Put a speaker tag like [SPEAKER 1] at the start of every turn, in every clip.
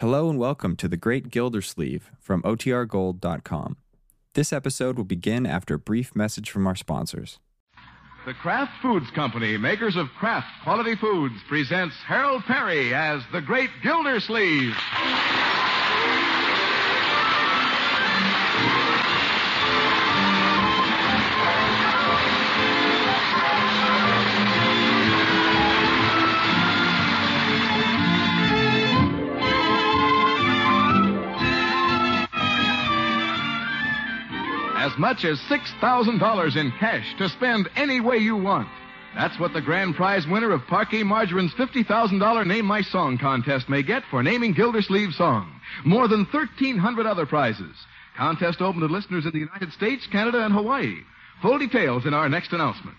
[SPEAKER 1] Hello and welcome to The Great Gildersleeve from OTRGold.com. This episode will begin after a brief message from our sponsors.
[SPEAKER 2] The Kraft Foods Company, makers of Kraft quality foods, presents Harold Perry as the Great Gildersleeve. As much as $6,000 in cash to spend any way you want. That's what the grand prize winner of Parquet Margarine's $50,000 Name My Song contest may get for naming Gildersleeve's song. More than 1,300 other prizes. Contest open to listeners in the United States, Canada, and Hawaii. Full details in our next announcement.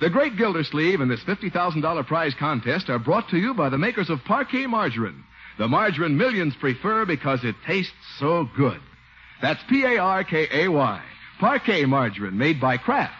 [SPEAKER 2] The Great Gildersleeve and this $50,000 prize contest are brought to you by the makers of Parquet Margarine. The margarine millions prefer because it tastes so good. That's P A R K A Y. Parquet margarine made by Kraft.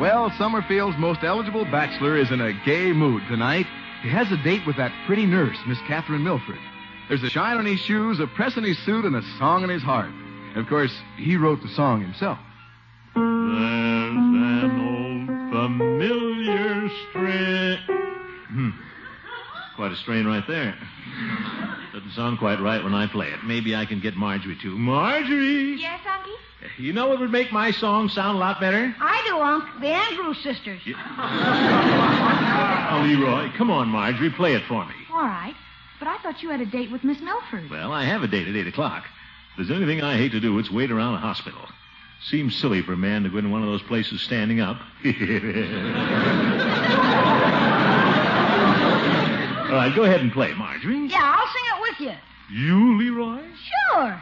[SPEAKER 2] Well, Summerfield's most eligible bachelor is in a gay mood tonight. He has a date with that pretty nurse, Miss Catherine Milford. There's a shine on his shoes, a press in his suit, and a song in his heart. And of course, he wrote the song himself.
[SPEAKER 3] There's an old familiar strain. Hmm. Quite a strain right there. Doesn't sound quite right when I play it. Maybe I can get Marjorie to. Marjorie!
[SPEAKER 4] Yes, Uncle?
[SPEAKER 3] You know what would make my song sound a lot better?
[SPEAKER 4] I do, Unc. The Andrews sisters.
[SPEAKER 3] Oh, Leroy, come on, Marjorie, play it for me.
[SPEAKER 4] All right. But I thought you had a date with Miss Milford.
[SPEAKER 3] Well, I have a date at 8 o'clock. If there's anything I hate to do, it's wait around a hospital. Seems silly for a man to go into one of those places standing up. All right, go ahead and play, Marjorie.
[SPEAKER 4] Yeah, I'll sing it with you.
[SPEAKER 3] You, Leroy?
[SPEAKER 4] Sure.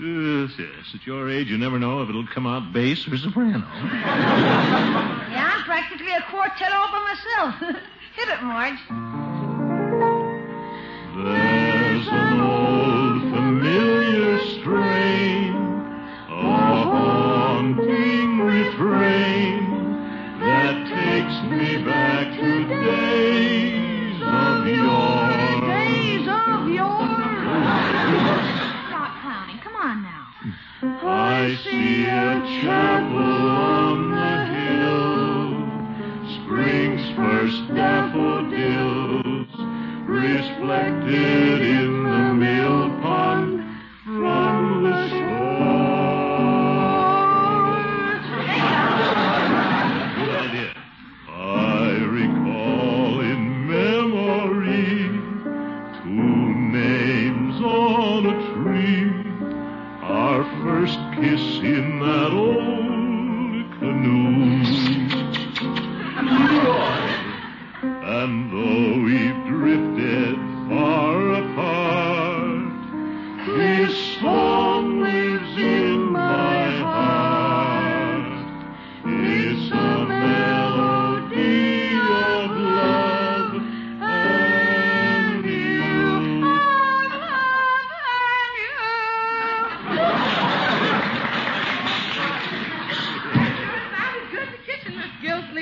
[SPEAKER 3] Yes, yes. At your age, you never know if it'll come out bass or soprano.
[SPEAKER 4] Yeah, I'm practically a quartet all by myself. Hit it, Marge.
[SPEAKER 3] There's an old familiar strain, a haunting refrain that takes me back to days of yore.
[SPEAKER 4] Days of yore. Stop clowning. Come on now.
[SPEAKER 3] I see a chapel on the hill, spring's first daffodils reflected in the mill pond from the shore. Good idea. I recall in memory two names on a tree. Our first kiss in that old canoe. And though we've drifted far apart, this song lives in my heart. It's a melody of love and you.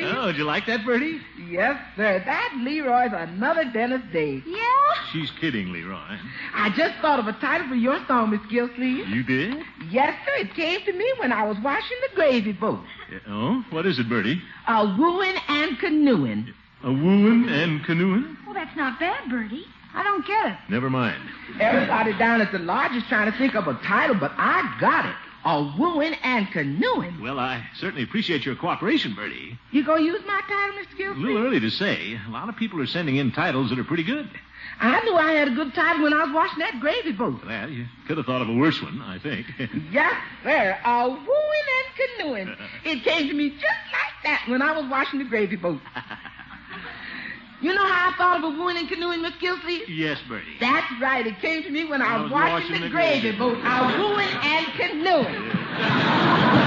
[SPEAKER 3] Oh, did you like that, Bertie?
[SPEAKER 5] Yes, sir. That Leroy's another Dennis Day.
[SPEAKER 4] Yeah?
[SPEAKER 3] She's kidding, Leroy.
[SPEAKER 5] I just thought of a title for your song, Miss Gilsleeve.
[SPEAKER 3] You did?
[SPEAKER 5] Yes, sir. It came to me when I was washing the gravy boat.
[SPEAKER 3] Yeah, Oh, what is it, Bertie?
[SPEAKER 5] A wooing and canoeing.
[SPEAKER 3] A wooing and canoeing?
[SPEAKER 4] Well, that's not bad, Bertie. I don't get it.
[SPEAKER 3] Never mind.
[SPEAKER 5] Everybody down at the lodge is trying to think of a title, but I got it. A wooing and canoeing.
[SPEAKER 3] Well, I certainly appreciate your cooperation, Bertie.
[SPEAKER 5] You gonna use my title, Miss
[SPEAKER 3] A little
[SPEAKER 5] Gilsleeve?
[SPEAKER 3] early to say. A lot of people are sending in titles that are pretty good.
[SPEAKER 5] I knew I had a good title when I was washing that gravy boat.
[SPEAKER 3] Well, you could have thought of a worse one, I think.
[SPEAKER 5] Yes, sir. A wooing and canoeing. It came to me just like that when I was washing the gravy boat. You know how I thought of a wooing and canoeing, Miss Gilsey?
[SPEAKER 3] yes, Bertie.
[SPEAKER 5] That's right. It came to me when I, was washing, the, gravy boat. A wooing and canoeing.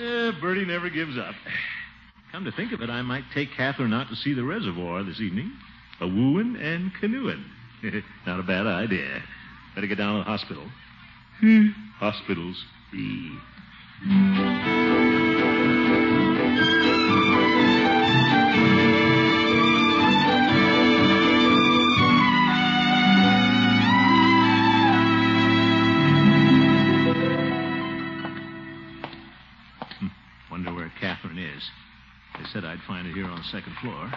[SPEAKER 3] Eh, Bertie never gives up. Come to think of it, I might take Catherine out to see the reservoir this evening. A wooing and canoeing. Not a bad idea. Better get down to the hospital.
[SPEAKER 5] Hmm.
[SPEAKER 3] Hospitals. Hmm. Wonder where Catherine is. They said I'd find her here on the second floor.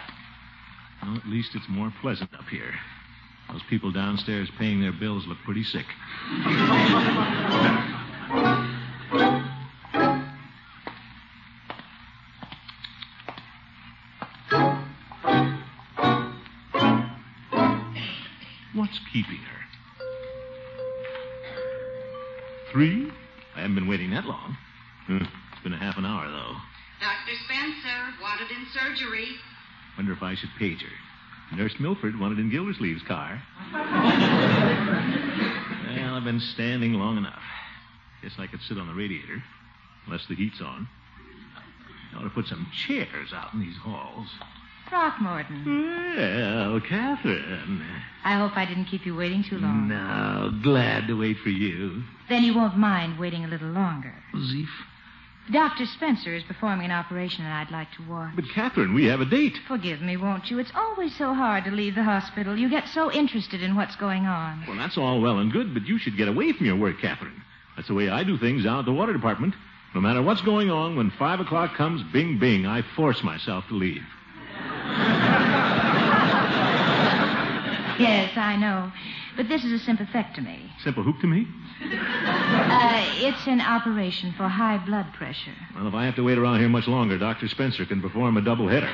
[SPEAKER 3] Well, at least it's more pleasant up here. Those people downstairs paying their bills look pretty sick. What's keeping her? Three? I haven't been waiting that long. Hmm, It's been a half an hour, though.
[SPEAKER 6] Dr. Spencer wanted in surgery.
[SPEAKER 3] Wonder if I should page her. Nurse Milford wanted in Gildersleeve's car. well, I've been standing long enough. Guess I could sit on the radiator, unless the heat's on. I ought to put some chairs out in these halls.
[SPEAKER 4] Throckmorton,
[SPEAKER 3] Well, Catherine.
[SPEAKER 4] I hope I didn't keep you waiting too long.
[SPEAKER 3] Now, glad to wait for you.
[SPEAKER 4] Then you won't mind waiting a little longer.
[SPEAKER 3] Zeef.
[SPEAKER 4] Dr. Spencer is performing an operation that I'd like to watch.
[SPEAKER 3] But, Catherine, we have a date.
[SPEAKER 4] Forgive me, won't you? It's always so hard to leave the hospital. You get so interested in what's going on.
[SPEAKER 3] Well, that's all well and good, but you should get away from your work, Catherine. That's the way I do things down at the water department. No matter what's going on, when five o'clock comes, bing, bing, I force myself to leave.
[SPEAKER 4] Yes, I know. But this is a sympathectomy.
[SPEAKER 3] Simple hoop to me?
[SPEAKER 4] Uh, it's an operation for high blood pressure.
[SPEAKER 3] Well, if I have to wait around here much longer, Dr. Spencer can perform a double header.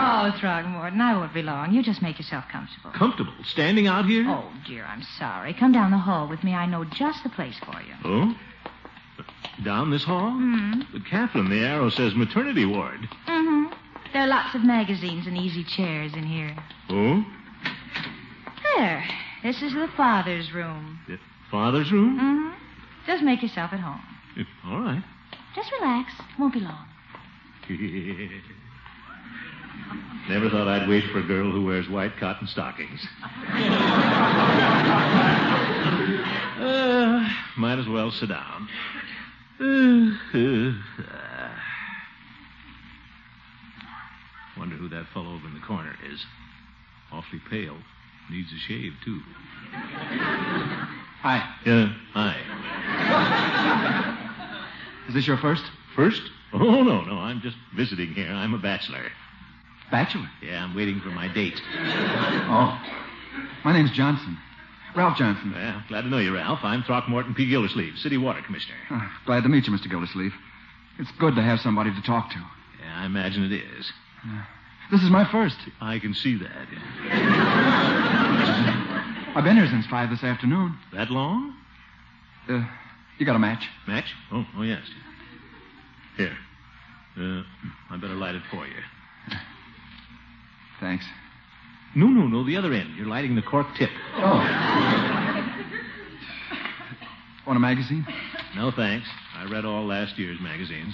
[SPEAKER 4] Oh, Throckmorton, I won't be long. You just make yourself comfortable.
[SPEAKER 3] Comfortable. Standing out here?
[SPEAKER 4] Oh, dear, I'm sorry. Come down the hall with me. I know just the place for you.
[SPEAKER 3] Oh? Down this hall?
[SPEAKER 4] Hmm.
[SPEAKER 3] But, Catherine, the arrow says maternity ward.
[SPEAKER 4] Mm-hmm. There are lots of magazines and easy chairs in here.
[SPEAKER 3] Oh?
[SPEAKER 4] There. This is the father's room.
[SPEAKER 3] The father's room?
[SPEAKER 4] Mm-hmm. Just make yourself at home.
[SPEAKER 3] Eh, All right.
[SPEAKER 4] Just relax. Won't be long.
[SPEAKER 3] Never thought I'd wait for a girl who wears white cotton stockings. Uh, might as well sit down. Wonder who that fellow over in the corner is. Awfully pale. Needs a shave, too.
[SPEAKER 7] Hi.
[SPEAKER 3] Yeah, hi.
[SPEAKER 7] Is this your first?
[SPEAKER 3] First? Oh, no, no. I'm just visiting here. I'm a bachelor.
[SPEAKER 7] Bachelor.
[SPEAKER 3] Yeah, I'm waiting for my date.
[SPEAKER 7] Oh. My name's Johnson. Ralph Johnson.
[SPEAKER 3] Well, glad to know you, Ralph. I'm Throckmorton P. Gildersleeve, City Water Commissioner.
[SPEAKER 7] Ah, glad to meet you, Mr. Gildersleeve. It's good to have somebody to talk to.
[SPEAKER 3] Yeah, I imagine it is.
[SPEAKER 7] This is my first.
[SPEAKER 3] I can see that.
[SPEAKER 7] I've been here since five this afternoon.
[SPEAKER 3] That long?
[SPEAKER 7] Uh, you got a match?
[SPEAKER 3] Match? Oh, oh yes. Here. Uh, I better light it for you.
[SPEAKER 7] Thanks.
[SPEAKER 3] No, no, no, the other end. You're lighting the cork tip.
[SPEAKER 7] Oh. Want a magazine?
[SPEAKER 3] No, thanks. I read all last year's magazines.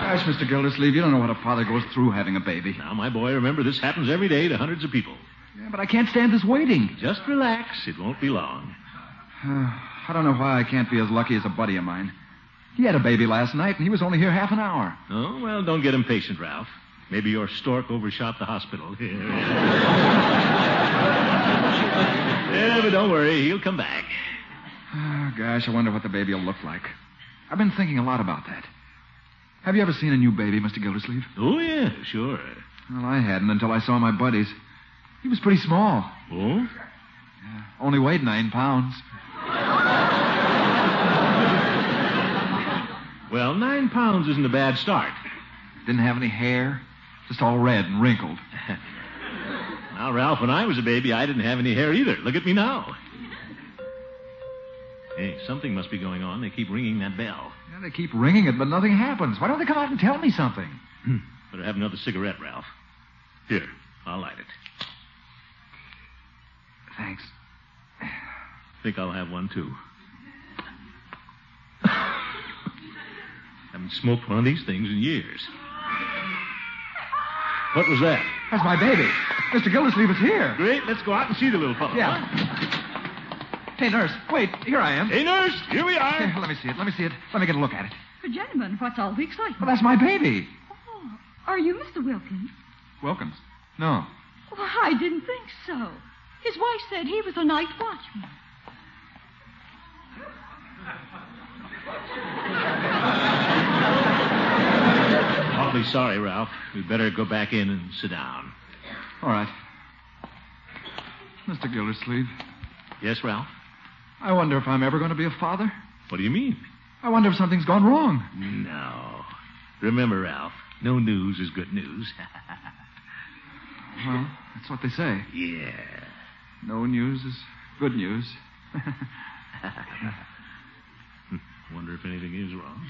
[SPEAKER 7] Gosh, Mr. Gildersleeve, you don't know what a father goes through having a baby.
[SPEAKER 3] Now, my boy, remember, this happens every day to hundreds of people.
[SPEAKER 7] Yeah, but I can't stand this waiting.
[SPEAKER 3] Just relax. It won't be long.
[SPEAKER 7] Uh, I don't know why I can't be as lucky as a buddy of mine. He had a baby last night, and he was only here half an hour.
[SPEAKER 3] Oh, well, don't get impatient, Ralph. Maybe your stork overshot the hospital. yeah, but don't worry. He'll come back.
[SPEAKER 7] Oh, gosh, I wonder what the baby will look like. I've been thinking a lot about that. Have you ever seen a new baby, Mr. Gildersleeve?
[SPEAKER 3] Oh, yeah, sure.
[SPEAKER 7] Well, I hadn't until I saw my buddies. He was pretty small,
[SPEAKER 3] Oh?
[SPEAKER 7] only weighed nine pounds.
[SPEAKER 3] Well, nine pounds isn't a bad start.
[SPEAKER 7] Didn't have any hair, just all red and wrinkled.
[SPEAKER 3] Now, Ralph, when I was a baby, I didn't have any hair either. Look at me now. Hey, something must be going on. They keep ringing that bell.
[SPEAKER 7] Yeah, they keep ringing it, but nothing happens. Why don't they come out and tell me something?
[SPEAKER 3] Better have another cigarette, Ralph. Here, I'll light it.
[SPEAKER 7] Thanks.
[SPEAKER 3] Think I'll have one, too. Haven't smoked one of these things in years. What was that?
[SPEAKER 7] That's my baby. Mr. Gildersleeve is here.
[SPEAKER 3] Great. Let's go out and see the little fellow.
[SPEAKER 7] Yeah.
[SPEAKER 3] huh?
[SPEAKER 7] Hey, nurse. Wait, here I am.
[SPEAKER 3] Hey, nurse. Here we are.
[SPEAKER 7] Here, let me see it. Let me see it. Let me get a look at it.
[SPEAKER 8] Gentlemen, what's all the excitement?
[SPEAKER 7] Well, that's my baby.
[SPEAKER 8] Oh, are you Mr. Wilkins?
[SPEAKER 7] Wilkins. No.
[SPEAKER 8] Well, I didn't think so. His wife said he was a night watchman.
[SPEAKER 3] Awfully sorry, Ralph. We'd better go back in and sit down.
[SPEAKER 7] All right. Mr. Gildersleeve,
[SPEAKER 3] Yes, Ralph?
[SPEAKER 7] I wonder if I'm ever going to be a father.
[SPEAKER 3] What do you mean?
[SPEAKER 7] I wonder if something's gone wrong.
[SPEAKER 3] No. Remember, Ralph, no news is good news.
[SPEAKER 7] Well, that's what they say.
[SPEAKER 3] yeah.
[SPEAKER 7] No news is good news.
[SPEAKER 3] Wonder if anything is wrong.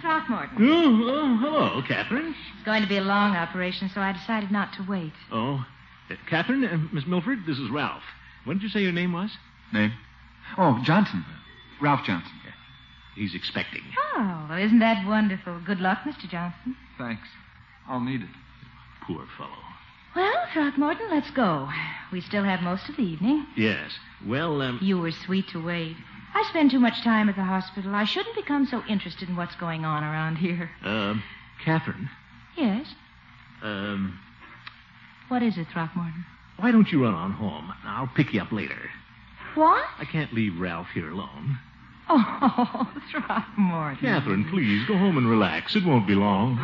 [SPEAKER 4] Throckmorton.
[SPEAKER 3] Oh, oh, hello, Catherine.
[SPEAKER 4] It's going to be a long operation, so I decided not to wait.
[SPEAKER 3] Oh, uh, Catherine, uh, Miss Milford, this is Ralph. What did you say your name was?
[SPEAKER 7] Name? Oh, Johnson. Ralph Johnson.
[SPEAKER 3] He's expecting.
[SPEAKER 4] Oh, well, isn't that wonderful? Good luck, Mr. Johnson.
[SPEAKER 7] Thanks. I'll need it.
[SPEAKER 3] Poor fellow.
[SPEAKER 4] Well, Throckmorton, let's go. We still have most of the evening.
[SPEAKER 3] Yes. Well, um,
[SPEAKER 4] You were sweet to wait. I spend too much time at the hospital. I shouldn't become so interested in what's going on around here.
[SPEAKER 3] um, Catherine,
[SPEAKER 4] Yes?
[SPEAKER 3] um,
[SPEAKER 4] What is it, Throckmorton?
[SPEAKER 3] why don't you run on home? I'll pick you up later.
[SPEAKER 4] What?
[SPEAKER 3] I can't leave Ralph here alone.
[SPEAKER 4] Oh, Throckmorton.
[SPEAKER 3] Catherine, please go home and relax. It won't be long.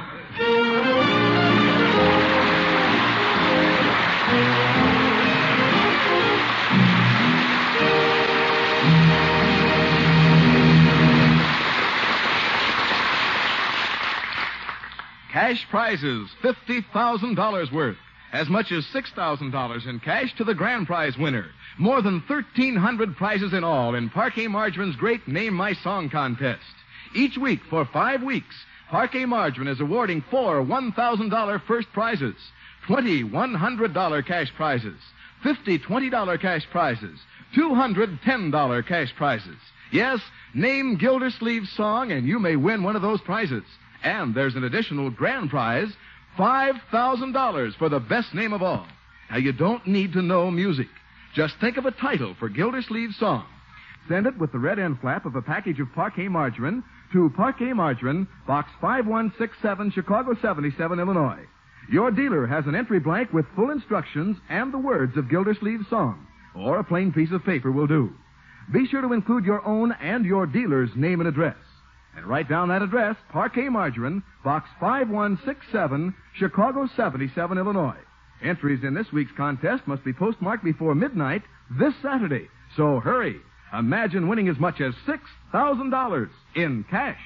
[SPEAKER 2] Cash prizes, $50,000 worth. As much as $6,000 in cash to the grand prize winner. More than 1,300 prizes in all in Parquet Margarine's great Name My Song contest. Each week for five weeks, Parquet Margarine is awarding four $1,000 first prizes, 20 $100 cash prizes, 50 $20 cash prizes, 200 $10 cash prizes. Yes, name Gildersleeve's song and you may win one of those prizes. And there's an additional grand prize, $5,000 for the best name of all. Now, you don't need to know music. Just think of a title for Gildersleeve's song. Send it with the red end flap of a package of Parquet Margarine to Parquet Margarine, Box 5167, Chicago 77, Illinois. Your dealer has an entry blank with full instructions and the words of Gildersleeve's song, or a plain piece of paper will do. Be sure to include your own and your dealer's name and address. And write down that address, Parquet Margarine, Box 5167, Chicago 77, Illinois. Entries in this week's contest must be postmarked before midnight this Saturday. So hurry. Imagine winning as much as $6,000 in cash.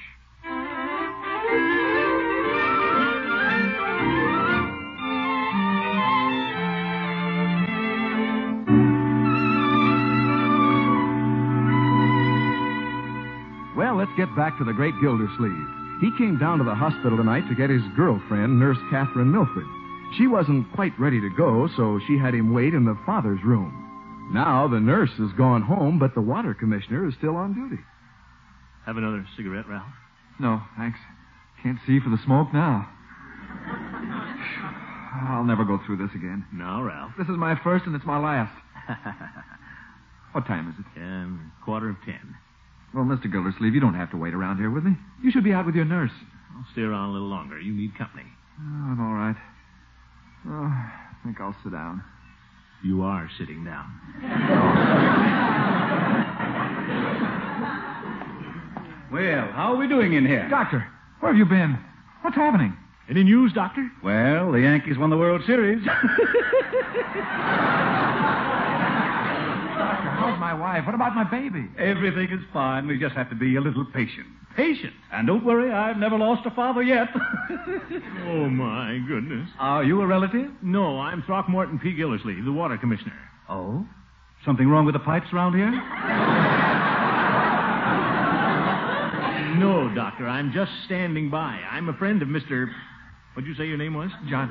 [SPEAKER 2] Well, let's get back to the great Gildersleeve. He came down to the hospital tonight to get his girlfriend, Nurse Catherine Milford. She wasn't quite ready to go, so she had him wait in the father's room. Now the nurse has gone home, but the water commissioner is still on duty.
[SPEAKER 3] Have another cigarette, Ralph?
[SPEAKER 7] No, thanks. Can't see for the smoke now. I'll never go through this again.
[SPEAKER 3] No, Ralph.
[SPEAKER 7] This is my first and it's my last. What time is it?
[SPEAKER 3] um, quarter of ten.
[SPEAKER 7] Well, Mr. Gildersleeve, you don't have to wait around here with me. You should be out with your nurse.
[SPEAKER 3] I'll stay around a little longer. You need company.
[SPEAKER 7] Oh, I'm all right. Oh, I think I'll sit down.
[SPEAKER 3] You are sitting down.
[SPEAKER 9] Well, how are we doing in here?
[SPEAKER 7] Doctor, where have you been? What's happening?
[SPEAKER 3] Any news, Doctor?
[SPEAKER 9] Well, the Yankees won the World Series.
[SPEAKER 7] Doctor, how's my wife? What about my baby?
[SPEAKER 9] Everything is fine. We just have to be a little patient. Patient? And don't worry, I've never lost a father yet.
[SPEAKER 3] Oh, my goodness.
[SPEAKER 9] are you a relative?
[SPEAKER 3] No, I'm Throckmorton P. Gildersleeve, the water commissioner.
[SPEAKER 9] Oh? Something wrong with the pipes around here?
[SPEAKER 3] No, Doctor, I'm just standing by. I'm a friend of Mr. What'd you say your name was?
[SPEAKER 7] John,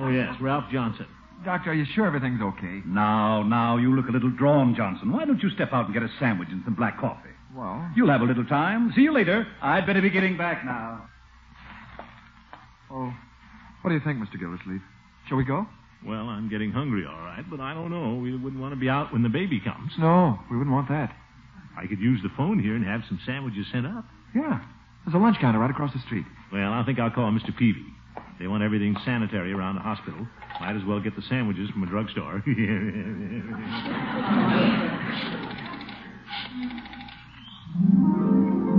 [SPEAKER 3] Oh, yes, Ralph Johnson.
[SPEAKER 7] doctor, are you sure everything's okay?
[SPEAKER 9] Now, now, you look a little drawn, Johnson. Why don't you step out and get a sandwich and some black coffee?
[SPEAKER 7] Well,
[SPEAKER 9] You'll have a little time. See you later. I'd better be getting back now.
[SPEAKER 7] Uh, oh, What do you think, Mr. Gildersleeve? Shall we go?
[SPEAKER 3] Well, I'm getting hungry, all right, but I don't know. We wouldn't want to be out when the baby comes.
[SPEAKER 7] No, we wouldn't want that.
[SPEAKER 3] I could use the phone here and have some sandwiches sent up.
[SPEAKER 7] Yeah. There's a lunch counter right across the street.
[SPEAKER 3] Well, I think I'll call Mr. Peavy. They want everything sanitary around the hospital. Might as well get the sandwiches from a drugstore.
[SPEAKER 10] Uh,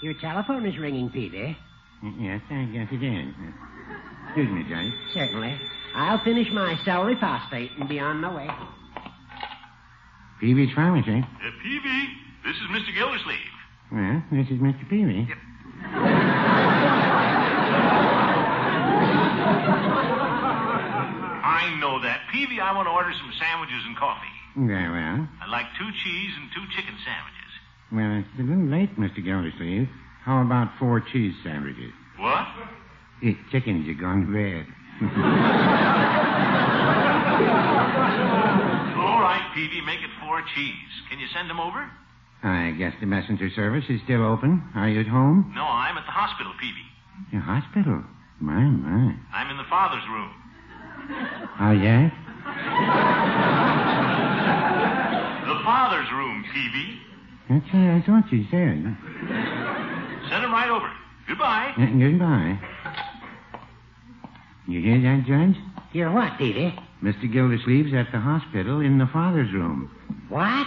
[SPEAKER 11] Your telephone is ringing, Peavy.
[SPEAKER 12] Yes, I guess it is. Excuse me, Johnny.
[SPEAKER 11] Certainly. I'll finish my celery phosphate and be on my way.
[SPEAKER 12] Peavy's Pharmacy.
[SPEAKER 10] Uh, Peavy, this is Mr. Gildersleeve.
[SPEAKER 12] Well, this is Mr. Peavy.
[SPEAKER 10] I know that. Peavy, I want to order some sandwiches and coffee.
[SPEAKER 12] Very well.
[SPEAKER 10] I'd like two cheese and two chicken sandwiches.
[SPEAKER 12] Well, it's a little late, Mr. Gildersleeve. How about four cheese sandwiches?
[SPEAKER 10] What?
[SPEAKER 12] Eh, chickens are gone to bed.
[SPEAKER 10] All right, Peavy, make it four cheese. Can you send them over?
[SPEAKER 12] I guess the messenger service is still open. Are you at home?
[SPEAKER 10] No, I'm at the hospital, Peavy.
[SPEAKER 12] The hospital? My, my.
[SPEAKER 10] I'm in the father's room.
[SPEAKER 12] Oh, yes?
[SPEAKER 10] The father's room, Peavy.
[SPEAKER 12] That's what I thought you said.
[SPEAKER 10] Send them right over. Goodbye.
[SPEAKER 12] Uh, goodbye. You hear that, Judge?
[SPEAKER 11] You're what, Peavy?
[SPEAKER 12] Mr. Gildersleeve's at the hospital in the father's room.
[SPEAKER 11] What?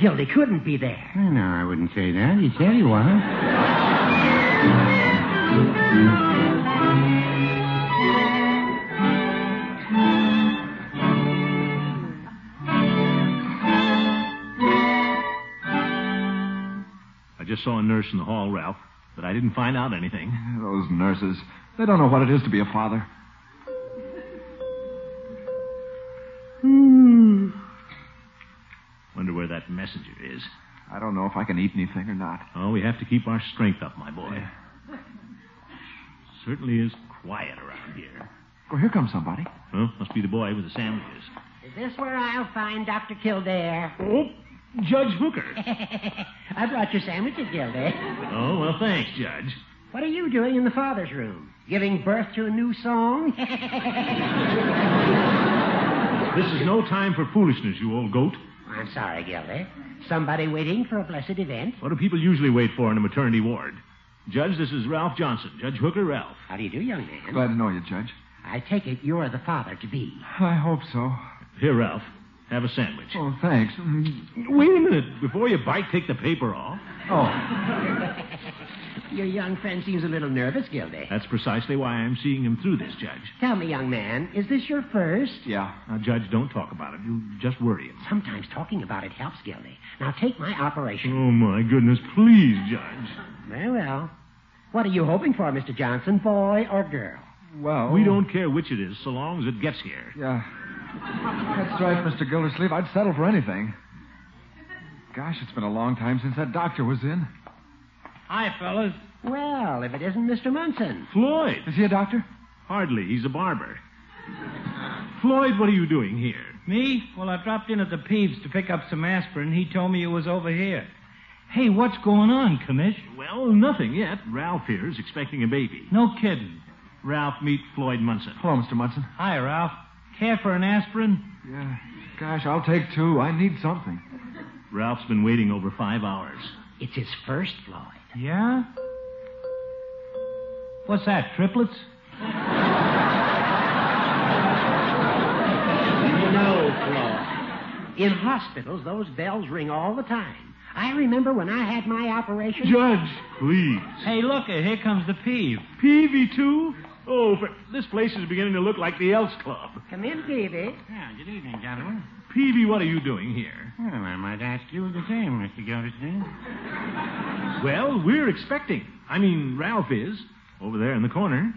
[SPEAKER 11] Gildy couldn't be there.
[SPEAKER 12] Well, no, I wouldn't say that. He said he was.
[SPEAKER 3] I just saw a nurse in the hall, Ralph, but I didn't find out anything.
[SPEAKER 7] Those nurses, they don't know what it is to be a father.
[SPEAKER 3] Wonder where that messenger is.
[SPEAKER 7] I don't know if I can eat anything or not.
[SPEAKER 3] Oh, we have to keep our strength up, my boy. Certainly is quiet around here.
[SPEAKER 7] Well, here comes somebody.
[SPEAKER 3] Huh? Must be the boy with the sandwiches.
[SPEAKER 11] Is this where I'll find Dr. Kildare?
[SPEAKER 3] Oh, Judge Hooker.
[SPEAKER 11] I brought your sandwiches, Gildy.
[SPEAKER 3] Oh, well, thanks, Judge.
[SPEAKER 11] What are you doing in the father's room? Giving birth to a new song?
[SPEAKER 3] This is no time for foolishness, you old goat.
[SPEAKER 11] I'm sorry, Gildy. Somebody waiting for a blessed event?
[SPEAKER 3] What do people usually wait for in a maternity ward? Judge, this is Ralph Johnson. Judge Hooker, Ralph.
[SPEAKER 11] How do you do, young man?
[SPEAKER 7] Glad to know you, Judge.
[SPEAKER 11] I take it you're the father to be.
[SPEAKER 7] I hope so.
[SPEAKER 3] Here, Ralph. Have a sandwich.
[SPEAKER 7] Oh, thanks.
[SPEAKER 3] Wait a minute. Before you bite, take the paper off.
[SPEAKER 7] Oh,
[SPEAKER 11] Your young friend seems a little nervous, Gildy.
[SPEAKER 3] That's precisely why I'm seeing him through this, Judge.
[SPEAKER 11] Tell me, young man, is this your first?
[SPEAKER 7] yeah.
[SPEAKER 3] Now, Judge, don't talk about it. You'll just worry him.
[SPEAKER 11] Sometimes talking about it helps, Gildy. Now take my operation.
[SPEAKER 3] Oh, my goodness. Please, Judge.
[SPEAKER 11] Very well. What are you hoping for, Mr. Johnson, boy or girl?
[SPEAKER 7] Well.
[SPEAKER 3] We don't care which it is, so long as it gets here.
[SPEAKER 7] Yeah. That's right, Mr. Gildersleeve. I'd settle for anything. Gosh, it's been a long time since that doctor was in.
[SPEAKER 12] Hi, fellas.
[SPEAKER 11] Well, if it isn't Mr. Munson.
[SPEAKER 3] Floyd!
[SPEAKER 7] Is he a doctor?
[SPEAKER 3] Hardly. He's a barber. Floyd, what are you doing here?
[SPEAKER 13] Me? Well, I dropped in at the Peeves to pick up some aspirin. He told me you was over here. Hey, what's going on, Commish?
[SPEAKER 3] Well, nothing yet. Ralph here is expecting a baby.
[SPEAKER 13] No kidding.
[SPEAKER 3] Ralph, meet Floyd Munson.
[SPEAKER 7] Hello, Mr. Munson.
[SPEAKER 13] Hi, Ralph. Care for an aspirin?
[SPEAKER 7] Yeah. Gosh, I'll take two. I need something.
[SPEAKER 3] Ralph's been waiting over five hours.
[SPEAKER 11] It's his first, Floyd.
[SPEAKER 13] Yeah? What's that, triplets?
[SPEAKER 11] No, Floyd. In hospitals, those bells ring all the time. I remember when I had my operation.
[SPEAKER 3] Judge, please.
[SPEAKER 13] Hey, look, uh, here comes the Peeve.
[SPEAKER 3] Peavy, too? Oh, but this place is beginning to look like the Elks Club.
[SPEAKER 11] Come in, Peavy.
[SPEAKER 12] Yeah, good evening, gentlemen.
[SPEAKER 3] Peavy, what are you doing here?
[SPEAKER 12] Well, I might ask you the same, Mr. Gildersleeve.
[SPEAKER 3] Well, we're expecting. I mean, Ralph is. Over there in the corner.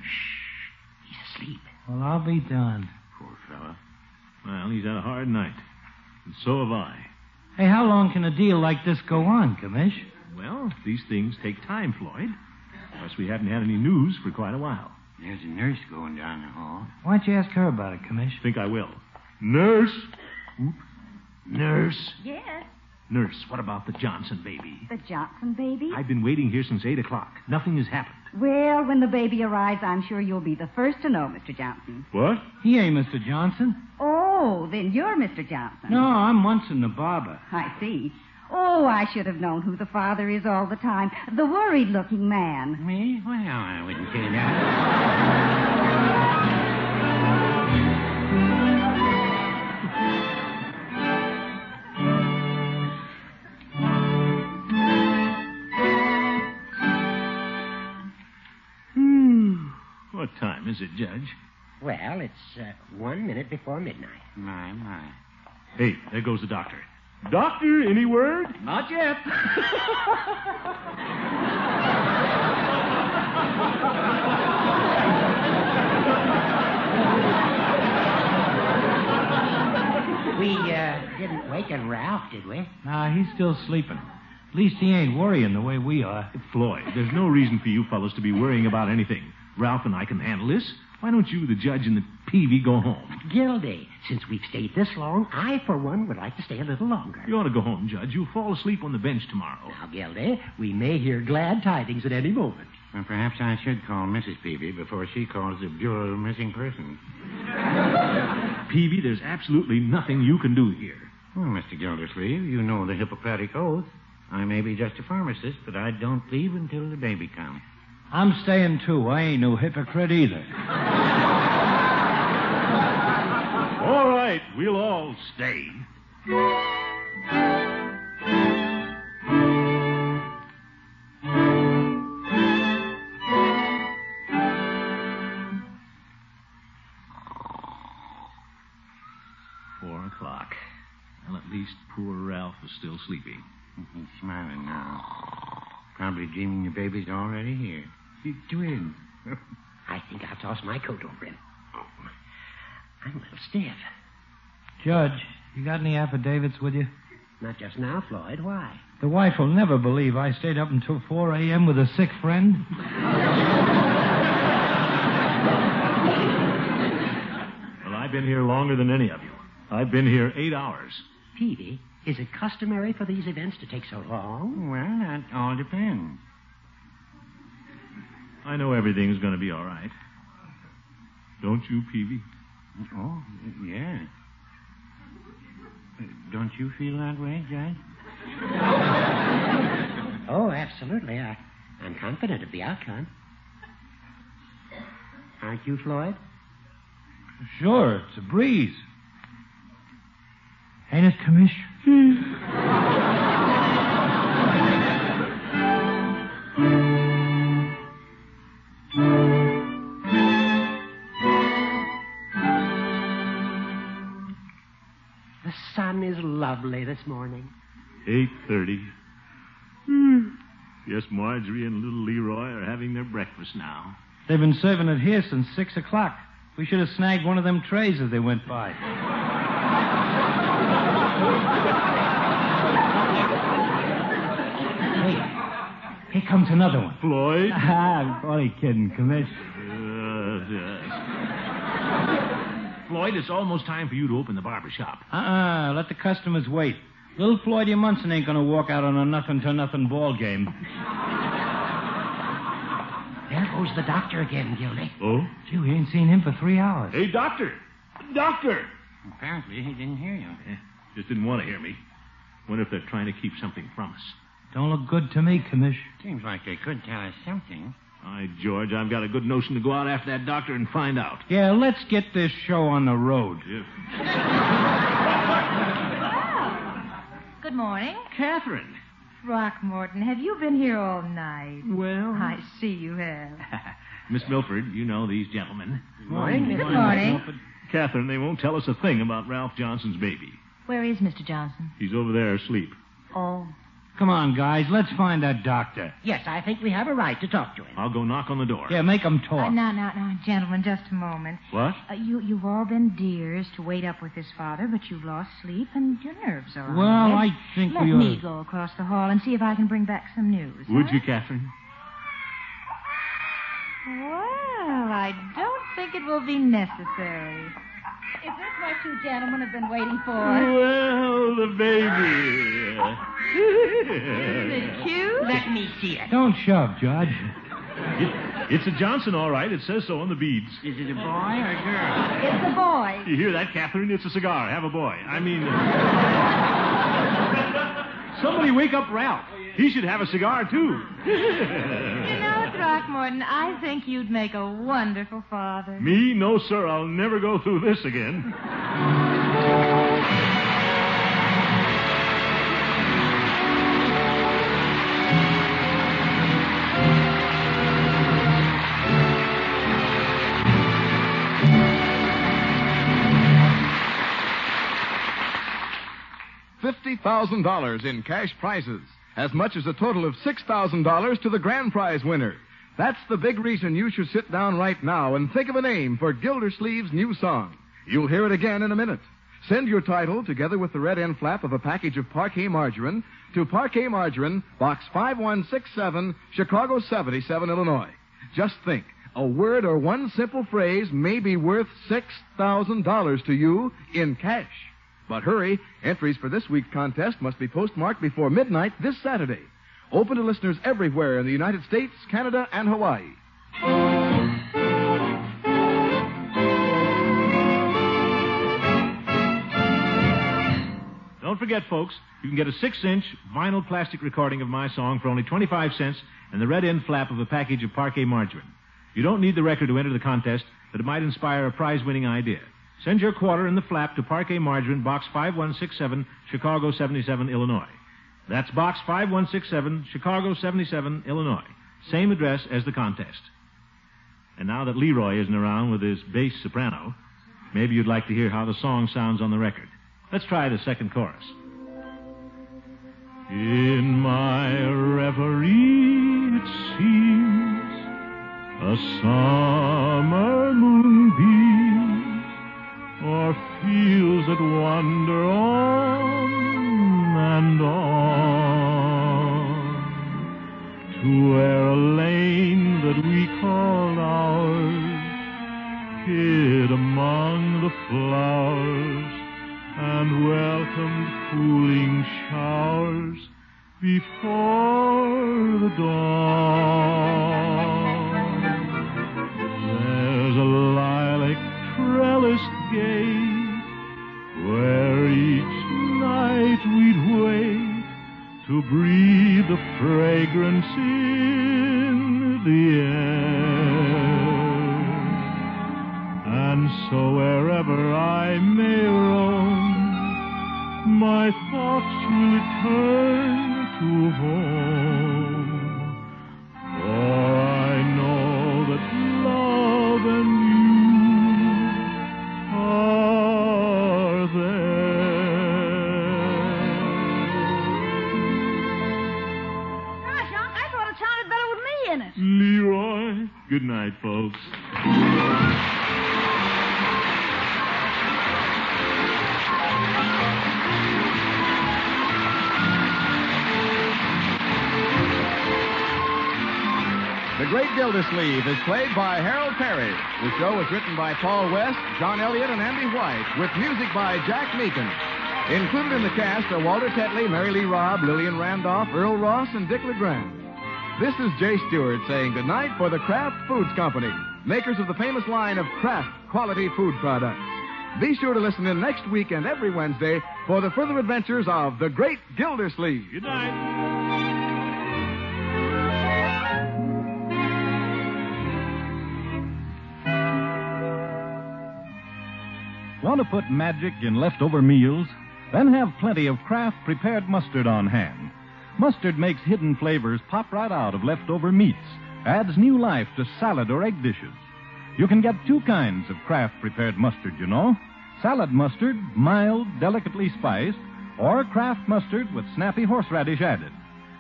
[SPEAKER 11] He's asleep.
[SPEAKER 13] Well, I'll be done.
[SPEAKER 12] Poor fella.
[SPEAKER 3] Well, he's had a hard night. And so have I.
[SPEAKER 13] Hey, how long can a deal like this go on, Commish?
[SPEAKER 3] Well, these things take time, Floyd. Plus, we haven't had any news for quite a while.
[SPEAKER 12] There's a nurse going down the hall.
[SPEAKER 13] Why don't you ask her about it, Commish?
[SPEAKER 3] Think I will. Nurse,
[SPEAKER 12] Nurse?
[SPEAKER 8] Yes.
[SPEAKER 9] Nurse, what about the Johnson baby?
[SPEAKER 14] The Johnson baby?
[SPEAKER 9] I've been waiting here since 8 o'clock. Nothing has happened.
[SPEAKER 14] Well, when the baby arrives, I'm sure you'll be the first to know, Mr. Johnson.
[SPEAKER 9] What? He ain't Mr. Johnson.
[SPEAKER 14] Oh, then you're Mr. Johnson.
[SPEAKER 13] No, I'm Munson the barber.
[SPEAKER 14] I see. Oh, I should have known who the father is all the time. The worried looking man.
[SPEAKER 12] Me? Well, I wouldn't say that.
[SPEAKER 3] What time is it, Judge?
[SPEAKER 11] Well, it's uh, one minute before midnight.
[SPEAKER 12] My, my.
[SPEAKER 3] Hey, there goes the doctor. Doctor, any word?
[SPEAKER 11] Not yet. we uh, didn't waken Ralph, did we?
[SPEAKER 13] Nah, he's still sleeping. At least he ain't worrying the way we are.
[SPEAKER 3] Floyd, there's no reason for you fellows to be worrying about anything. Ralph and I can handle this. Why don't you, the judge, and the Peavy go home?
[SPEAKER 11] Gildy, since we've stayed this long, I, for one, would like to stay a little longer.
[SPEAKER 3] You ought to go home, Judge. You'll fall asleep on the bench tomorrow.
[SPEAKER 11] Now, Gildy, we may hear glad tidings at any moment.
[SPEAKER 12] Well, perhaps I should call Mrs. Peavy before she calls the Bureau of Missing Persons.
[SPEAKER 3] Peavy, there's absolutely nothing you can do here.
[SPEAKER 12] Well, Mr. Gildersleeve, you know the Hippocratic Oath. I may be just a pharmacist, but I don't leave until the baby comes.
[SPEAKER 13] I'm staying too. I ain't no hypocrite either.
[SPEAKER 3] All right, we'll all stay. Four o'clock. Well, at least poor Ralph is still sleeping.
[SPEAKER 12] He's Mm-hmm. smiling now. Probably dreaming the baby's already here. You twin.
[SPEAKER 11] I think I'll toss my coat over him. Oh, I'm a little stiff.
[SPEAKER 13] Judge, you got any affidavits with you?
[SPEAKER 11] Not just now, Floyd. Why?
[SPEAKER 13] The wife will never believe I stayed up until 4 a.m. with a sick friend.
[SPEAKER 3] Well, I've been here longer than any of you. I've been here eight hours.
[SPEAKER 11] Peavy, is it customary for these events to take so long?
[SPEAKER 12] Well, that all depends.
[SPEAKER 3] I know everything's going to be all right. Don't you, Peavy?
[SPEAKER 12] Oh, yeah. Uh, Don't you feel that way, Judge?
[SPEAKER 11] Oh, absolutely. I, I'm confident of the outcome. Aren't you, Floyd?
[SPEAKER 13] Sure, it's a breeze. Ain't it, Commish?
[SPEAKER 11] The sun is lovely this morning.
[SPEAKER 3] Eight thirty. Yes, Marjorie and little Leroy are having their breakfast now.
[SPEAKER 13] They've been serving it here since 6 o'clock. We should have snagged one of them trays as they went by. Here comes another one.
[SPEAKER 3] Floyd?
[SPEAKER 13] I'm only kidding, Commish.
[SPEAKER 3] Yes, yes. Floyd, it's almost time for you to open the barber shop.
[SPEAKER 13] Uh-uh, let the customers wait. Little Floydia Munson ain't gonna walk out on a nothing-to-nothing ball game.
[SPEAKER 11] There goes the doctor again, Gildy.
[SPEAKER 3] Oh?
[SPEAKER 13] Gee, we ain't seen him for three hours.
[SPEAKER 3] Hey, doctor! Doctor!
[SPEAKER 12] Apparently, he didn't hear you.
[SPEAKER 3] Eh, Just didn't want to hear me. Wonder if they're trying to keep something from us.
[SPEAKER 13] Don't look good to me, Commish.
[SPEAKER 12] Seems like they could tell us something.
[SPEAKER 3] Aye, George, I've got a good notion to go out after that doctor and find out.
[SPEAKER 13] Yeah, let's get this show on the road.
[SPEAKER 4] Good morning.
[SPEAKER 3] Catherine.
[SPEAKER 4] Rockmorton, have you been here all night?
[SPEAKER 3] Well.
[SPEAKER 4] I see you have.
[SPEAKER 3] Miss Milford, you know these gentlemen.
[SPEAKER 4] morning, Good Miss morning.
[SPEAKER 3] Milford. Catherine, they won't tell us a thing about Ralph Johnson's baby.
[SPEAKER 4] Where is Mr. Johnson?
[SPEAKER 3] He's over there asleep.
[SPEAKER 4] Oh.
[SPEAKER 13] Come on, guys, let's find that doctor.
[SPEAKER 11] Yes, I think we have a right to talk to him.
[SPEAKER 3] I'll go knock on the door.
[SPEAKER 13] Yeah, make him
[SPEAKER 4] Uh,
[SPEAKER 13] talk.
[SPEAKER 4] now, now, now, gentlemen, just a moment.
[SPEAKER 3] What?
[SPEAKER 4] Uh, you, you've all been dears to wait up with his father, but you've lost sleep and your nerves are. on
[SPEAKER 13] Well,
[SPEAKER 4] edge.
[SPEAKER 13] I think
[SPEAKER 4] Let
[SPEAKER 13] we ought
[SPEAKER 4] me
[SPEAKER 13] to-
[SPEAKER 4] go across the hall and see if I can bring back some news.
[SPEAKER 3] Would
[SPEAKER 4] huh?
[SPEAKER 3] you, Catherine?
[SPEAKER 4] Well, I don't think it will be necessary.
[SPEAKER 14] Is this what you gentlemen have been waiting for?
[SPEAKER 3] Well, the baby.
[SPEAKER 15] Let me see it.
[SPEAKER 13] Don't shove, Judge.
[SPEAKER 3] It- it's a Johnson, all right. It says so on the beads. Is it a boy or a girl?
[SPEAKER 14] It's a boy.
[SPEAKER 3] You hear that, Catherine? It's a cigar. Have a boy. I mean, somebody wake up Ralph. He should have a cigar, too.
[SPEAKER 15] You know, Throckmorton, I think you'd make a wonderful father.
[SPEAKER 3] Me? No, sir. I'll never go through this again.
[SPEAKER 2] $50,000 in cash prizes, as much as a total of $6,000 to the grand prize winner. That's the big reason you should sit down right now and think of a name for Gildersleeve's new song. You'll hear it again in a minute. Send your title, together with the red end flap of a package of Parquet Margarine, to Parquet Margarine, Box 5167, Chicago 77, Illinois. Just think, a word or one simple phrase may be worth $6,000 to you in cash. But hurry, entries for this week's contest must be postmarked before midnight this Saturday. Open to listeners everywhere in the United States, Canada, and Hawaii.
[SPEAKER 3] Don't forget, folks, you can get a six inch vinyl plastic recording of my song for only 25 cents and the red end flap of a package of parquet margarine. You don't need the record to enter the contest, but it might inspire a prize winning idea. Send your quarter and the flap to Parquet Margarine, Box 5167, Chicago 77, Illinois. That's Box 5167, Chicago 77, Illinois. Same address as the contest. And now that Leroy isn't around with his bass soprano, maybe you'd like to hear how the song sounds on the record. Let's try the second chorus. In my reverie, it seems a summer moonbeam or fields that wander on and on to where a lane that we call ours, hid among the flowers and welcomed cooling showers before the dawn. There's a lilac trellis gate where each night we'd wait to breathe the fragrance in the air. And so wherever I may roam, my thoughts will turn to home. For I know that love and you are there.
[SPEAKER 4] Gosh, Unc, I thought it sounded better with me in it.
[SPEAKER 3] Leroy, good night, folks.
[SPEAKER 2] The Great Gildersleeve is played by Harold Perry. The show was written by Paul West, John Elliott, and Andy White, with music by Jack Meakin. Included in the cast are Walter Tetley, Mary Lee Robb, Lillian Randolph, Earl Ross, and Dick LeGrand. This is Jay Stewart saying goodnight for the Kraft Foods Company, makers of the famous line of Kraft quality food products. Be sure to listen in next week and every Wednesday for the further adventures of the Great Gildersleeve.
[SPEAKER 3] Good night.
[SPEAKER 16] Want to put magic in leftover meals? Then have plenty of Kraft prepared mustard on hand. Mustard makes hidden flavors pop right out of leftover meats, adds new life to salad or egg dishes. You can get two kinds of Kraft prepared mustard, you know salad mustard, mild, delicately spiced, or Kraft mustard with snappy horseradish added.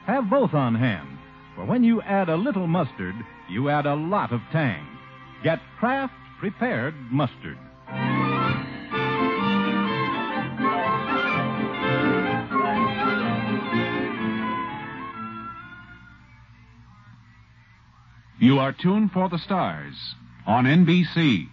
[SPEAKER 16] Have both on hand, for when you add a little mustard, you add a lot of tang. Get Kraft prepared mustard.
[SPEAKER 17] You are tuned for the stars on NBC.